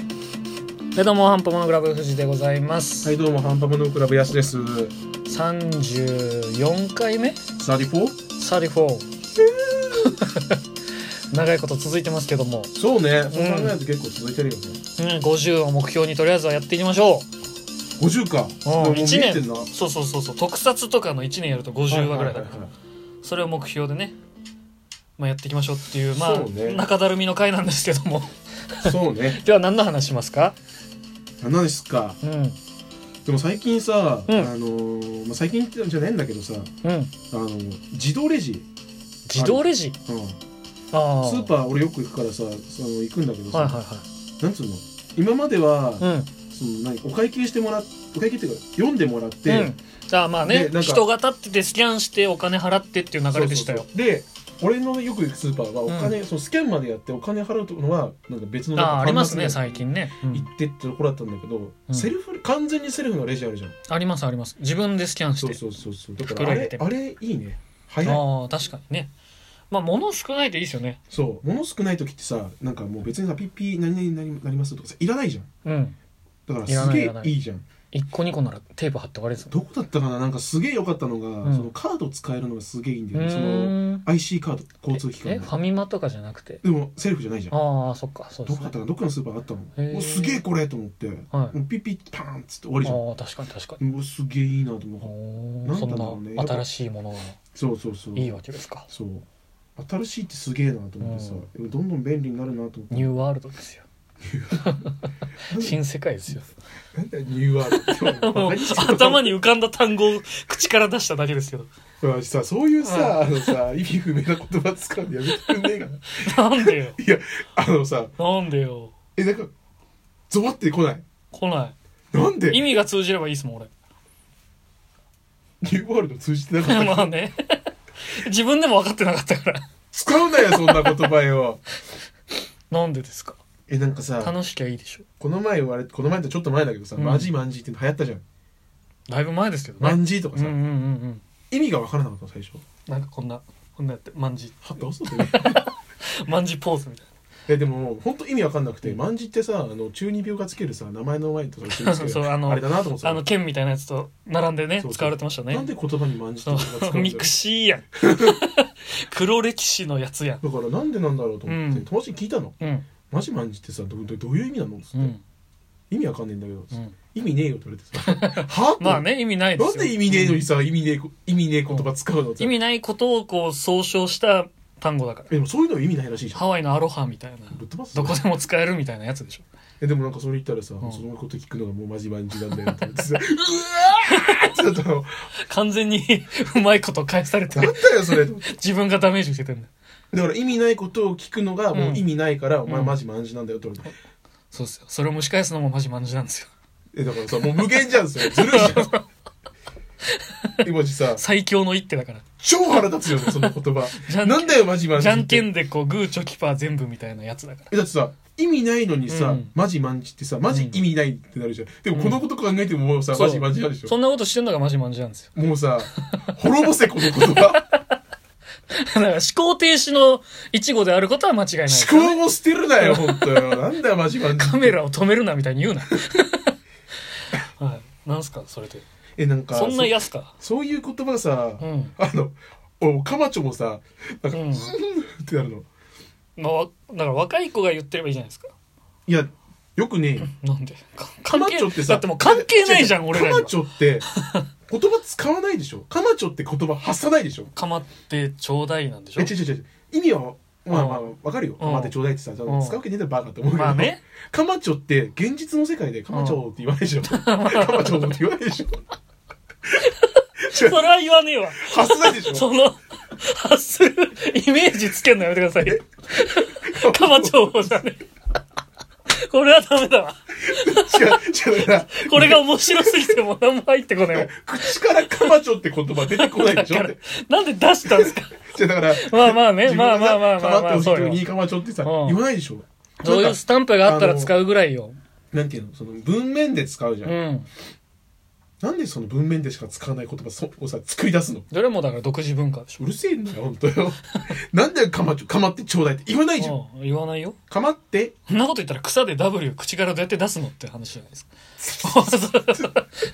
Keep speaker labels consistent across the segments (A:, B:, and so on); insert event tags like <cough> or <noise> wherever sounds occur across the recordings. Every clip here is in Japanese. A: はい、どうも、ハンパモノグラブ藤でございます。
B: はい、どうも、ハンパムのクラブやすです。
A: 34回目
B: サリフォー
A: ?34。長 <laughs> いこと続いてますけども、
B: そうね、そう考えると結構続いてるよね。
A: うん、50を目標にとりあえずはやっていきましょ
B: 50か。
A: う。うん、
B: 見え
A: 1
B: てんな。
A: 年。そうそうそうそう。特撮とかの1年やると50話ぐらいだから、それを目標でね、まあ、やっていきましょうっていう、まあ、
B: そうね
A: 中だるみの回なんですけど
B: <laughs>
A: も。
B: そうね。
A: では何の話しますか
B: 何ですか。
A: うん、
B: でも最近さ、
A: うん
B: あのー、まあ、最近ってじゃないんだけどさ、
A: うん。
B: あのー、自動レジ。
A: 自動レジ
B: うん。ス
A: ああ。
B: ーパー俺よく行くからさ、その行くんだけどさ、
A: はいはい
B: なんつうの今までは、
A: はい。うん。
B: その何お会計してもらっお会計っていうか読んでもらって、
A: うん、じゃあまあね
B: でなんか
A: 人が立っててスキャンしてお金払ってっていう流れでしたよ
B: そうそうそうで俺のよく行くスーパーはお金、そのスキャンまでやってお金払うとこのはなんか別のなん
A: あ
B: か
A: あありますね
B: パン
A: 最近ね、うん
B: ダスで行ってってところだったんだけど、
A: うん
B: セルフ完全にセルフのレジあるじゃん、
A: ありますあります自分でスキャンし
B: そう
A: て
B: そうそうそうだか
A: 袋
B: らあ
A: 入れ
B: れ
A: て
B: あれいいね早い
A: ああ確かにねまあ物少ないでいいですよね
B: そう物少ない時ってさなんかもう別にさピッピー何々なりなりますとかさいらないじゃん
A: うん
B: だから
A: いら
B: す
A: ない
B: げ
A: い
B: え
A: らない
B: いいじゃん
A: 1個2個ならテープ貼って終わりですよ
B: どこだったかななんかすげえ良かったのが、
A: ん
B: そのカード使えるのがすげえいいんだ
A: う
B: よねその
A: ーん
B: IC カード交通機
A: ええフ
B: 関の
A: ァミマとかじゃなくて
B: でもセルフじゃないじゃん
A: ああそっかそうで
B: ど
A: す
B: こ
A: ね
B: だったかなどっかのスーパーあった
A: へー
B: のおすげえこれと思って、
A: はい
B: もうピッピッパーンっつって終わりじゃん
A: ああ確かに確かに
B: うわすげえいいなと思う
A: お
B: な
A: ー
B: んだろ
A: そ
B: うんね
A: な新しいものが
B: そうそうそう
A: いいわけですか
B: そう新しいってすげえなと思ってさ、どんどん便利になるなと思って
A: ニューワールドですよ <laughs> 新世界ですよ
B: なんだよニューワールド
A: もう <laughs> 頭に浮かんだ単語を口から出しただけですけど。
B: にさそういうさあのさ意味不明な言葉使うのやめてくんねえかな
A: なんでよ。
B: いやあのさ
A: なんでよ。
B: えなんかゾワってこない
A: 来な
B: なんで
A: い。意
B: ニ
A: 味が通じればいいですもん、俺。 <laughs>
B: ューワールド通じてなかっ
A: <laughs>
B: た
A: まあね。自分でも分かってなかったから。
B: 使うなよそんな言葉よ
A: なんでですか
B: えなんかさ
A: 楽しきゃいいでしょ。
B: この前言われこの前ってちょっと前だけどさ、
A: うん
B: マジマンジーって流行ったじゃん
A: だいぶ前ですけど
B: マ
A: ね。
B: ンジーとか
A: うん
B: さ、
A: うんうん
B: 意味が分からなかったの最初
A: うん。なんかこんな、こんなやって、まんじ、
B: はどうす
A: <laughs>
B: る
A: まんじポーズみたい
B: えでも本当意味分かんなくてマンジってさあの中二病がつけるさ名前の前とか一緒につける
A: <laughs> そうあの
B: れだなと思って
A: な。
B: た
A: あの、剣みたいなやつと並んでね、
B: そうそう
A: 使われてました
B: なん
A: ね。
B: で言葉にマンジって
A: そ
B: 言葉が
A: う
B: つくんだ
A: ミ
B: よ
A: クシー
B: <laughs>
A: やん。黒歴史のやつやん。
B: だからなんでなんだろうと思って、
A: うん
B: 友達に聞いたの
A: うん。
B: 「マジマンジってさどどどういう意味なの?」っつって、
A: うん。
B: 意味わかんねえんだけど、
A: うん。
B: 意味ねえよ」って言わ
A: <laughs>
B: れてさ「は
A: まあね、意味ないです
B: な
A: よ。
B: んで意味ねえのにさ意味ねえこ意味ねえ言葉使うの?」って
A: 意味ないことをこう総称した単語だから
B: えでもそういうの意味ないらしいじゃん
A: ハワイのアロハみたいな
B: ぶっ飛ばす
A: どこでも使えるみたいなやつでしょ
B: えでもなんかそれ言ったらさ、
A: ん
B: そのこと聞くのがもうマジマンジなんだよって言ってさ <laughs> うわー <laughs> ってなったの
A: 完全に <laughs> うまいこと返されて
B: なんだよそれと思って
A: 自分がダメージ受けてるんだよ
B: だから意味ないことを聞くのがもう意味ないから、お
A: う
B: 前
A: ん
B: マジマンジなんだよって言われて、
A: そうですよそれを蒸し返すのもマジマンジなんですよ
B: えだからさもう無限じゃんそれずるいじゃん
A: <laughs>
B: えマジさ
A: 最強の一手だから
B: 超腹立つよねその言葉
A: じゃんけん
B: なんだよマジマン
A: じ
B: ジっ
A: ゃ
B: て
A: んけんでこうグーチョキパー全部みたいなやつだから
B: えだってさ意味ないのにさ、
A: うん
B: マジマンジってさマジ意味ないってなるじゃんでもこのこと考えてももうさ、
A: そう
B: マジマンジなんでし
A: そ
B: ょ
A: んなことしてんのがマジマンジなんですよ
B: もう
A: <laughs>
B: さ滅ぼせこの言
A: だ
B: 葉
A: から思考停止の一語であることは間違いないです
B: 思考を捨てるなよ本当
A: <laughs>
B: よなんだよマジマンジ
A: カメラを止めるなみたいに
B: <laughs>
A: 言うなはいなんすかそれで
B: えなんか
A: そんなやつか
B: そういう言葉さ、
A: うん
B: あのおカマチョもさなんか、
A: う
B: うんん、ってなるの
A: まあわ、だから若い子が言ってればいいじゃないですか。
B: いやよくねえよ
A: なんでか
B: カ
A: 関
B: マ
A: 係
B: チョってさ
A: だってもう関係ないじゃ
B: 違
A: ん、
B: う
A: 俺らに
B: カ
A: は
B: マ。チョって言葉使わないでしょカマチョって言葉発さないでしょ
A: かまってちょうだいなんでし
B: え
A: ょ
B: 違う違う違う意味はまあまあ
A: うん
B: わかるよ
A: ん
B: カマってちょうだいってさ使うわけねえだろバカって思うけど、
A: まあね。
B: カマチョって現実の世界でカマチョって言わないでしょ、カマチョって言わないでしょ
A: <laughs> それは言わねえわ。
B: 発さないでしょ
A: その、発するイメージつけんのやめてくださいよ。かまちょうじゃねえ。これはダメだわ。
B: <laughs> 違う違うだから
A: これが面白すぎても何も入ってこないわ。
B: <laughs> 口からカマチョって言葉出てこないでしょ
A: だ
B: っ
A: から
B: て
A: なんで出したん
B: <laughs>
A: ですか
B: じゃあだから
A: まあまあね
B: 自分が
A: まあまあまあまあまあ
B: かまってほしい人
A: そうよ
B: にいいかまちょってさ、
A: うん
B: 言わないでしょ
A: そういうスタンプがあったら使うぐらいよ。
B: なんていうのその文面で使うじゃ、
A: うんん。
B: なんでその文面でしか使わない言葉そをさ作り出すの
A: どれもだから独自文化でしょ
B: うるせえんだよ本当よ <laughs> なんだよかまちょかまってちょうだいって言わないじゃん
A: うん言わないよ
B: かまって
A: そんなこと言ったら草で W 口からどうやって出すのって話じゃないです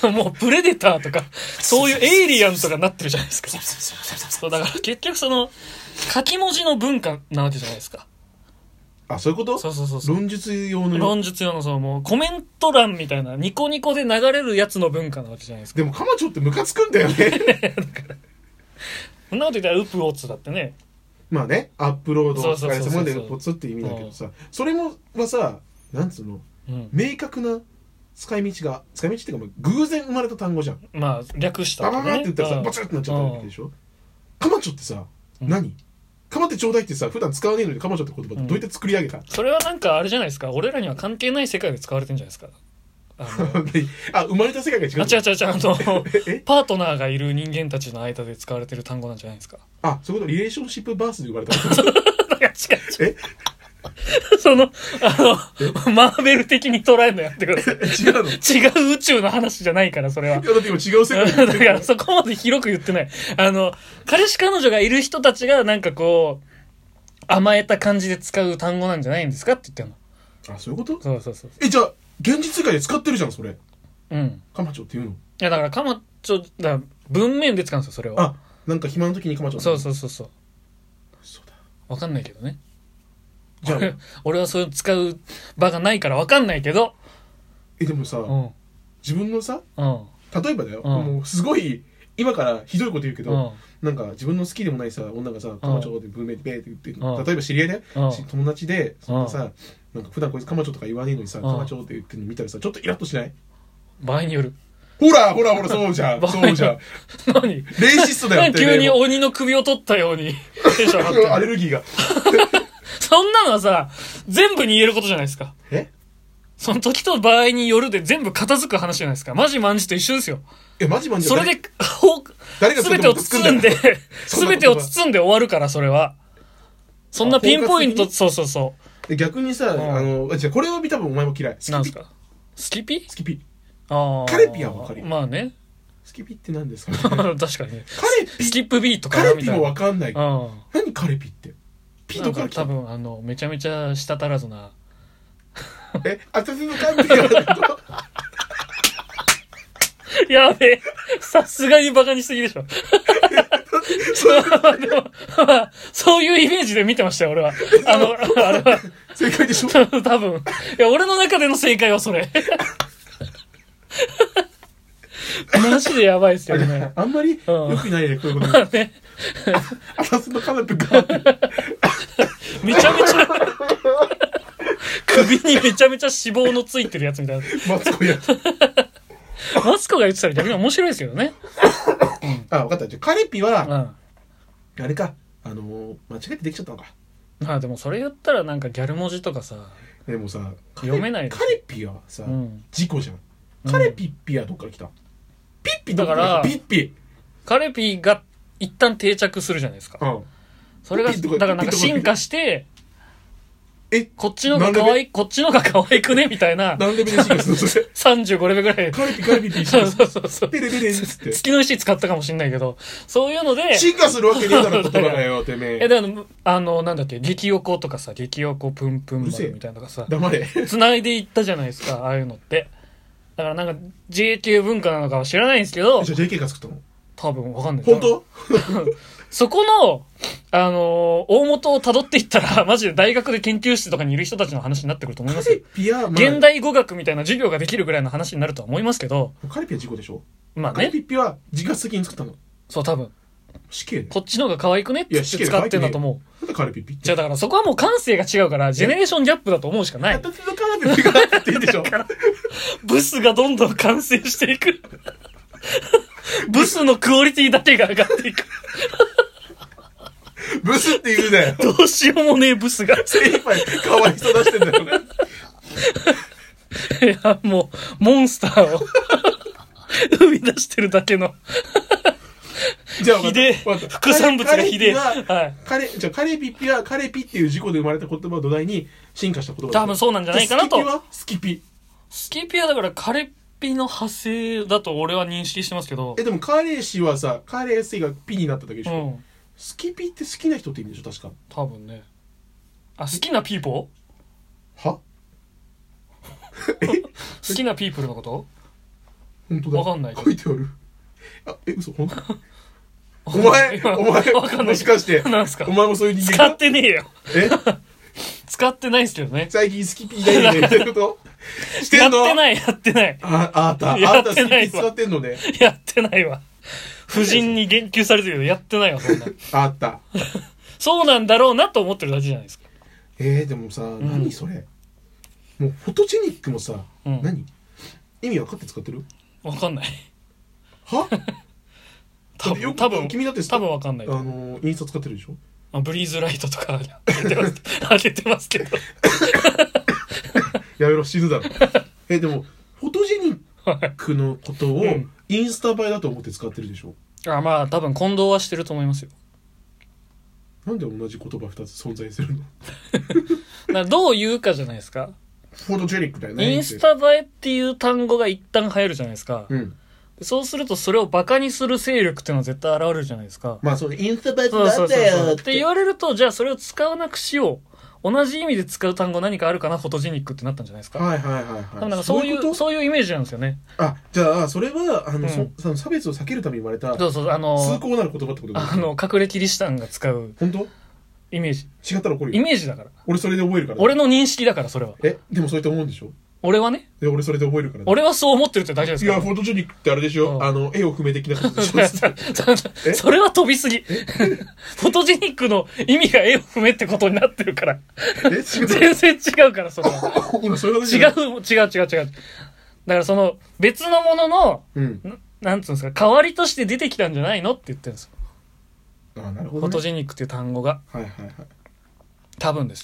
A: か <laughs> もうプレデターとかそういうエイリアンとかなってるじゃないですかそうだから結局その書き文字の文化なわけじゃないですか
B: あそういうこと
A: そうそうそうそう
B: 論述用の
A: 論述用のそのもうコメント欄みたいなニコニコで流れるやつの文化なわけじゃないですか
B: でもかまちょってムカつくんだよ
A: <laughs>
B: ね
A: そんなこと言ったらウプオツだってね
B: まあねアップロード
A: そ
B: お
A: うそ
B: 疲
A: うそう
B: れ
A: そう
B: 様でポツって意味だけどさそれもはさなんつうの
A: うん
B: 明確な使い道が使い道っていうかまあ偶然生まれた単語じゃん
A: まあ略したと
B: ババ
A: か
B: バ
A: ね
B: って言ったら
A: う
B: さ
A: ん
B: バチッてなっちゃったわけでしょかまちょってさ何かまってちょうだいってさ普段使わねえのにかまちょって言葉ってどうやって作り上げた <laughs>
A: それはなんかあれじゃないですか俺らには関係ない世界で使われてんじゃないですかあの
B: <laughs> あ生まれた世界が違う
A: あ、違う違う違う、あの
B: え、
A: パートナーがいる人間たちの間で使われてる単語なんじゃないですか。
B: あそういうことリレーションシップバースで生まれた
A: なんか違う違
B: え
A: う。 <laughs> その、あの、マーベル的に捉えるのやってください。
B: <laughs> 違うのい
A: 違う宇宙の話じゃないから、それは。
B: やだって今違う世界
A: だからそこまで広く言ってない。あの、彼氏彼女がいる人たちがなんかこう、甘えた感じで使う単語なんじゃないんですかって言ってんの。
B: あそういうこと
A: そうそうそう。
B: えじゃあ現実世界で使ってるじゃんそれ
A: うん。
B: かまちょっていうの
A: いや、だから、かまちょ、だから文面で使うんですよ、それは。
B: あなんか暇の時にかまちょ
A: そう
B: う
A: そうそうそう。
B: そうだ
A: わかんないけどね。
B: じゃあ
A: <laughs> 俺はそういう使う場がないから分かんないけど、
B: えでもさ
A: うん、うん、
B: 自分のさ
A: うん、
B: 例えばだよ
A: うん
B: もうすごい今からひどいこと言うけ
A: う
B: ど
A: ん、
B: なんか自分の好きでもないさ女がさ「かまちょ」って文明でベーって言って
A: うん
B: 例えば知り合いだよ
A: うん
B: し友達でそんなさなんか普段こいつかまちょとか言わねえのにさ「
A: ん
B: かまちょ」って言ってるの見たらさちょっとイラッとしない
A: 場合による。 <laughs>
B: ほらほらほらそうじゃんそうじゃん
A: 何
B: レイシストだよ
A: <laughs> 何
B: って
A: 急に
B: ねもう
A: 鬼の首を取ったよ
B: <laughs>
A: うにテンション上がってる
B: アレルギーが
A: そんなのはさ、全部に言えることじゃないですか。
B: え
A: その時と場合によるで全部片付く話じゃないですか。マジマンジと一緒ですよ。
B: えマジマジ
A: それで、ほ
B: 誰が
A: す
B: それ
A: べて
B: で
A: を
B: も作
A: 包
B: る
A: ん
B: んだ
A: で
B: よ、 <laughs> そ
A: す
B: んなこと
A: べてを包んで終わるから、それは。そんなピンポイン
B: あ包括
A: ト、
B: 的
A: そうそうそ
B: で逆にさ、
A: ん
B: あのあじゃあこれを見た分お前も嫌い
A: う。
B: スキ
A: なん
B: ピ
A: すかスキピ
B: スキピ
A: ああ。
B: カレピはわかるよ
A: まあね。
B: スキピって
A: <laughs>
B: 何ですか
A: 確か
B: ね
A: にね。
B: カレ
A: ス
B: ピ
A: キップビートか
B: カ
A: な
B: レ
A: み
B: ピ
A: たい
B: も
A: な。
B: わかんない
A: うん。
B: 何カレピってピー
A: な
B: ト
A: ん
B: から
A: か
B: 来
A: 多
B: た
A: 分あのめちゃめちゃ舌足らずな
B: えあたしのカレピがあるの
A: <laughs> やべえさすがにバカにしすぎでしょま <laughs> あでもまあそういうイメージで見てましたよ俺はあのあれは <laughs>
B: 正解でしょ
A: 多分いや俺の中での正解はそれ <laughs> マジでやばいっすよね
B: あんまり
A: うん
B: 良くないねこういうこ
A: ま
B: と
A: あね
B: あたしのカレピがある
A: めちゃめち <laughs> ゃ首にめちゃめちゃ脂肪のついてるやつみたいな
B: マツコや
A: マツコが言ってたら逆に面白いですけどね
B: あ分かったじゃあカレピ
A: うん
B: はあれかあのー間違えてできちゃったのか
A: まあでもそれ言ったらなんかギャル文字とかさ
B: でもさカレ
A: 読めないです
B: カレピはさ
A: うん
B: 事故じゃんカレピッピはどっから来たピッピどっから
A: だから
B: 来たピッピ
A: カレピが一旦定着するじゃないですか。
B: うん
A: それ
B: <laughs>
A: が、
B: ピッ
A: だ
B: と
A: か
B: から
A: なんか
B: ピッとから
A: 進化して、
B: え
A: こっちのが可愛い、こっちのが可愛くねみたいな、
B: 何レベルで進化するのそれ
A: 35レベルぐらい。
B: カレピカレピって
A: そ
B: 進
A: う
B: 化す
A: そう
B: る
A: そうそう。
B: ペレペレンっつって
A: 月の石使ったかもしんないけど、そういうので、
B: 進化するわけねえだろ言葉だよてめ
A: え、
B: え
A: だから、あの、なんだっけ、激横とかさ、激横プンプン丸みたいなのがさ、
B: 黙れ
A: 繋いでいったじゃないですか、ああいうのって。だからなんか、JK 文化なのかは知らないんですけど、
B: じゃあ JK が作ったの
A: 多分わかんない。
B: 本当
A: そこの、あのー大元を辿っていったら、 <laughs> マジで大学で研究室とかにいる人たちの話になってくると思いま
B: カ
A: すよ
B: レ。ピはまあ
A: 現代語学みたいな授業ができるぐらいの話になるとは思いますけど、
B: カレピは事故でしょ
A: まあ
B: カレ
A: ね、
B: ピッピは自発的に作ったの
A: そう多分、
B: 死刑だよ
A: こっちのが可愛くねって使ってんだと思う。
B: なんでカレピッピって
A: じゃあだからそこはもう感性が違うから、ジェネレーションギャップだと思うし <laughs> かない。
B: 片手のカレピッピがあるって言うで
A: <laughs>
B: しょ
A: ブスがどんどん完成していく。 <laughs> ブスのクオリティだけが上がってい <laughs> く。
B: ブスって言うなよ
A: どうしようもねえブ <laughs> スが。
B: 精一杯かわいそう出してんだ
A: <laughs>
B: よね
A: いや、もう、モンスターを <laughs> 生み出してるだけの。
B: じゃあ
A: ひでえ。
B: わかった
A: 副産物がひでえ。
B: カレピは
A: はい。
B: カレじゃあカレピッピはカレピっていう事故で生まれた言葉を土台に進化した言葉だ
A: 多分そうなんじゃないかなと
B: じゃあスキピはスキピ
A: スキピはだから、カレッピピの派生だと俺は認識してますけど
B: え、でも彼氏はさ、彼氏がピになっただけでし
A: う
B: ょ、好
A: ん
B: きピって好きな人って意味でしょ確か。
A: 多分ねあ好きなピーポ
B: は
A: ー好きなピープルのこと <laughs>
B: 本当だ。
A: わかんない
B: 書いてある。あ、
A: <laughs>
B: え、嘘本当お前、
A: 今
B: お前、
A: わかんない
B: もしかして、
A: なんすか
B: お前もそういう人
A: 使
B: 間
A: ってねえよ
B: え
A: 使ってないですけどね
B: 最近好きピーだよね、みたいなことし
A: や
B: て
A: っ
B: んの
A: てないやってない
B: あ、あんた、あん
A: や
B: た
A: っ
B: 好
A: てないわ
B: き使ってんのね。
A: やってないわ夫人に言及されてるけどやってないわそんな
B: あった。
A: そうなんだろうなと思ってるだけじゃないですか
B: えー、でもさ、何それもうフォトジェニックもさ、
A: うん
B: 何意味分かって使ってる
A: わかんない
B: は
A: 多
B: だってよ
A: 分
B: く
A: 多分
B: 君だって
A: 多分わかんない
B: あのーインスタ使ってるでしょ
A: あブリーズライトとか <laughs> 上げてます上げてますけど
B: やめろ死
A: <laughs>
B: ぬだろえでもフォトジェニックのことを
A: うん
B: インスタ映えだと思って使ってるでしょ
A: あまあ多分混同はしてると思いますよ
B: なんで同じ言葉2つ存在する
A: だ
B: の
A: からどう言うかじゃないです
B: <laughs>
A: か
B: フォトジェニックだよね
A: インスタ映えっていう単語が一旦流行るじゃないですか
B: うん
A: そうするとそれをバカにする勢力っていうのは絶対現れるじゃないですか
B: まあそうねインスタ映え
A: そう
B: だ
A: そ
B: っ
A: うそう
B: た
A: そう
B: よ
A: っ
B: ってて
A: 言われるとじゃあそれを使わなくしよう同じ意味で使う単語何かあるかなフォトジェニックってなったんじゃないですか
B: はいはいはい
A: 多
B: は
A: 分
B: い
A: なんかそういう
B: こと
A: そういうイメージなんですよね
B: あじゃあそれはあの、
A: うん
B: そその差別を避けるために生まれた
A: そうそうあ
B: 崇
A: の
B: 高なる言葉ってことだよね
A: あの隠れキリシタンが使う
B: 本当
A: イメージ
B: 違ったら怒る
A: イ
B: よ
A: メージだから
B: 俺それで覚えるから
A: 俺の認識だからそれは
B: えでもそうやって思うんでしょ
A: 俺はね
B: で俺それで覚えるから
A: 俺はそう思ってるってだけです
B: い
A: か
B: や
A: ら
B: フォトジェニックってあれでし
A: うん
B: ょあの絵を不明的なこと
A: <laughs>
B: でしょえ
A: それは飛びすぎ。フォトジェニックの意味が絵を踏めってことになってるから。
B: <laughs> え違
A: 全
B: う
A: 然違うから、それは。
B: 今そういう
A: 違、
B: 話じゃないう
A: 違う、違う、違う。だからその、別のものの、
B: うん
A: ななんつうんですか、代わりとして出てきたんじゃないのって言ってるんですよ。
B: あなる
A: フ
B: ほ
A: ォ
B: ど
A: ト
B: ね
A: ジェニックっていう単語が。
B: はいはいはい
A: 多分です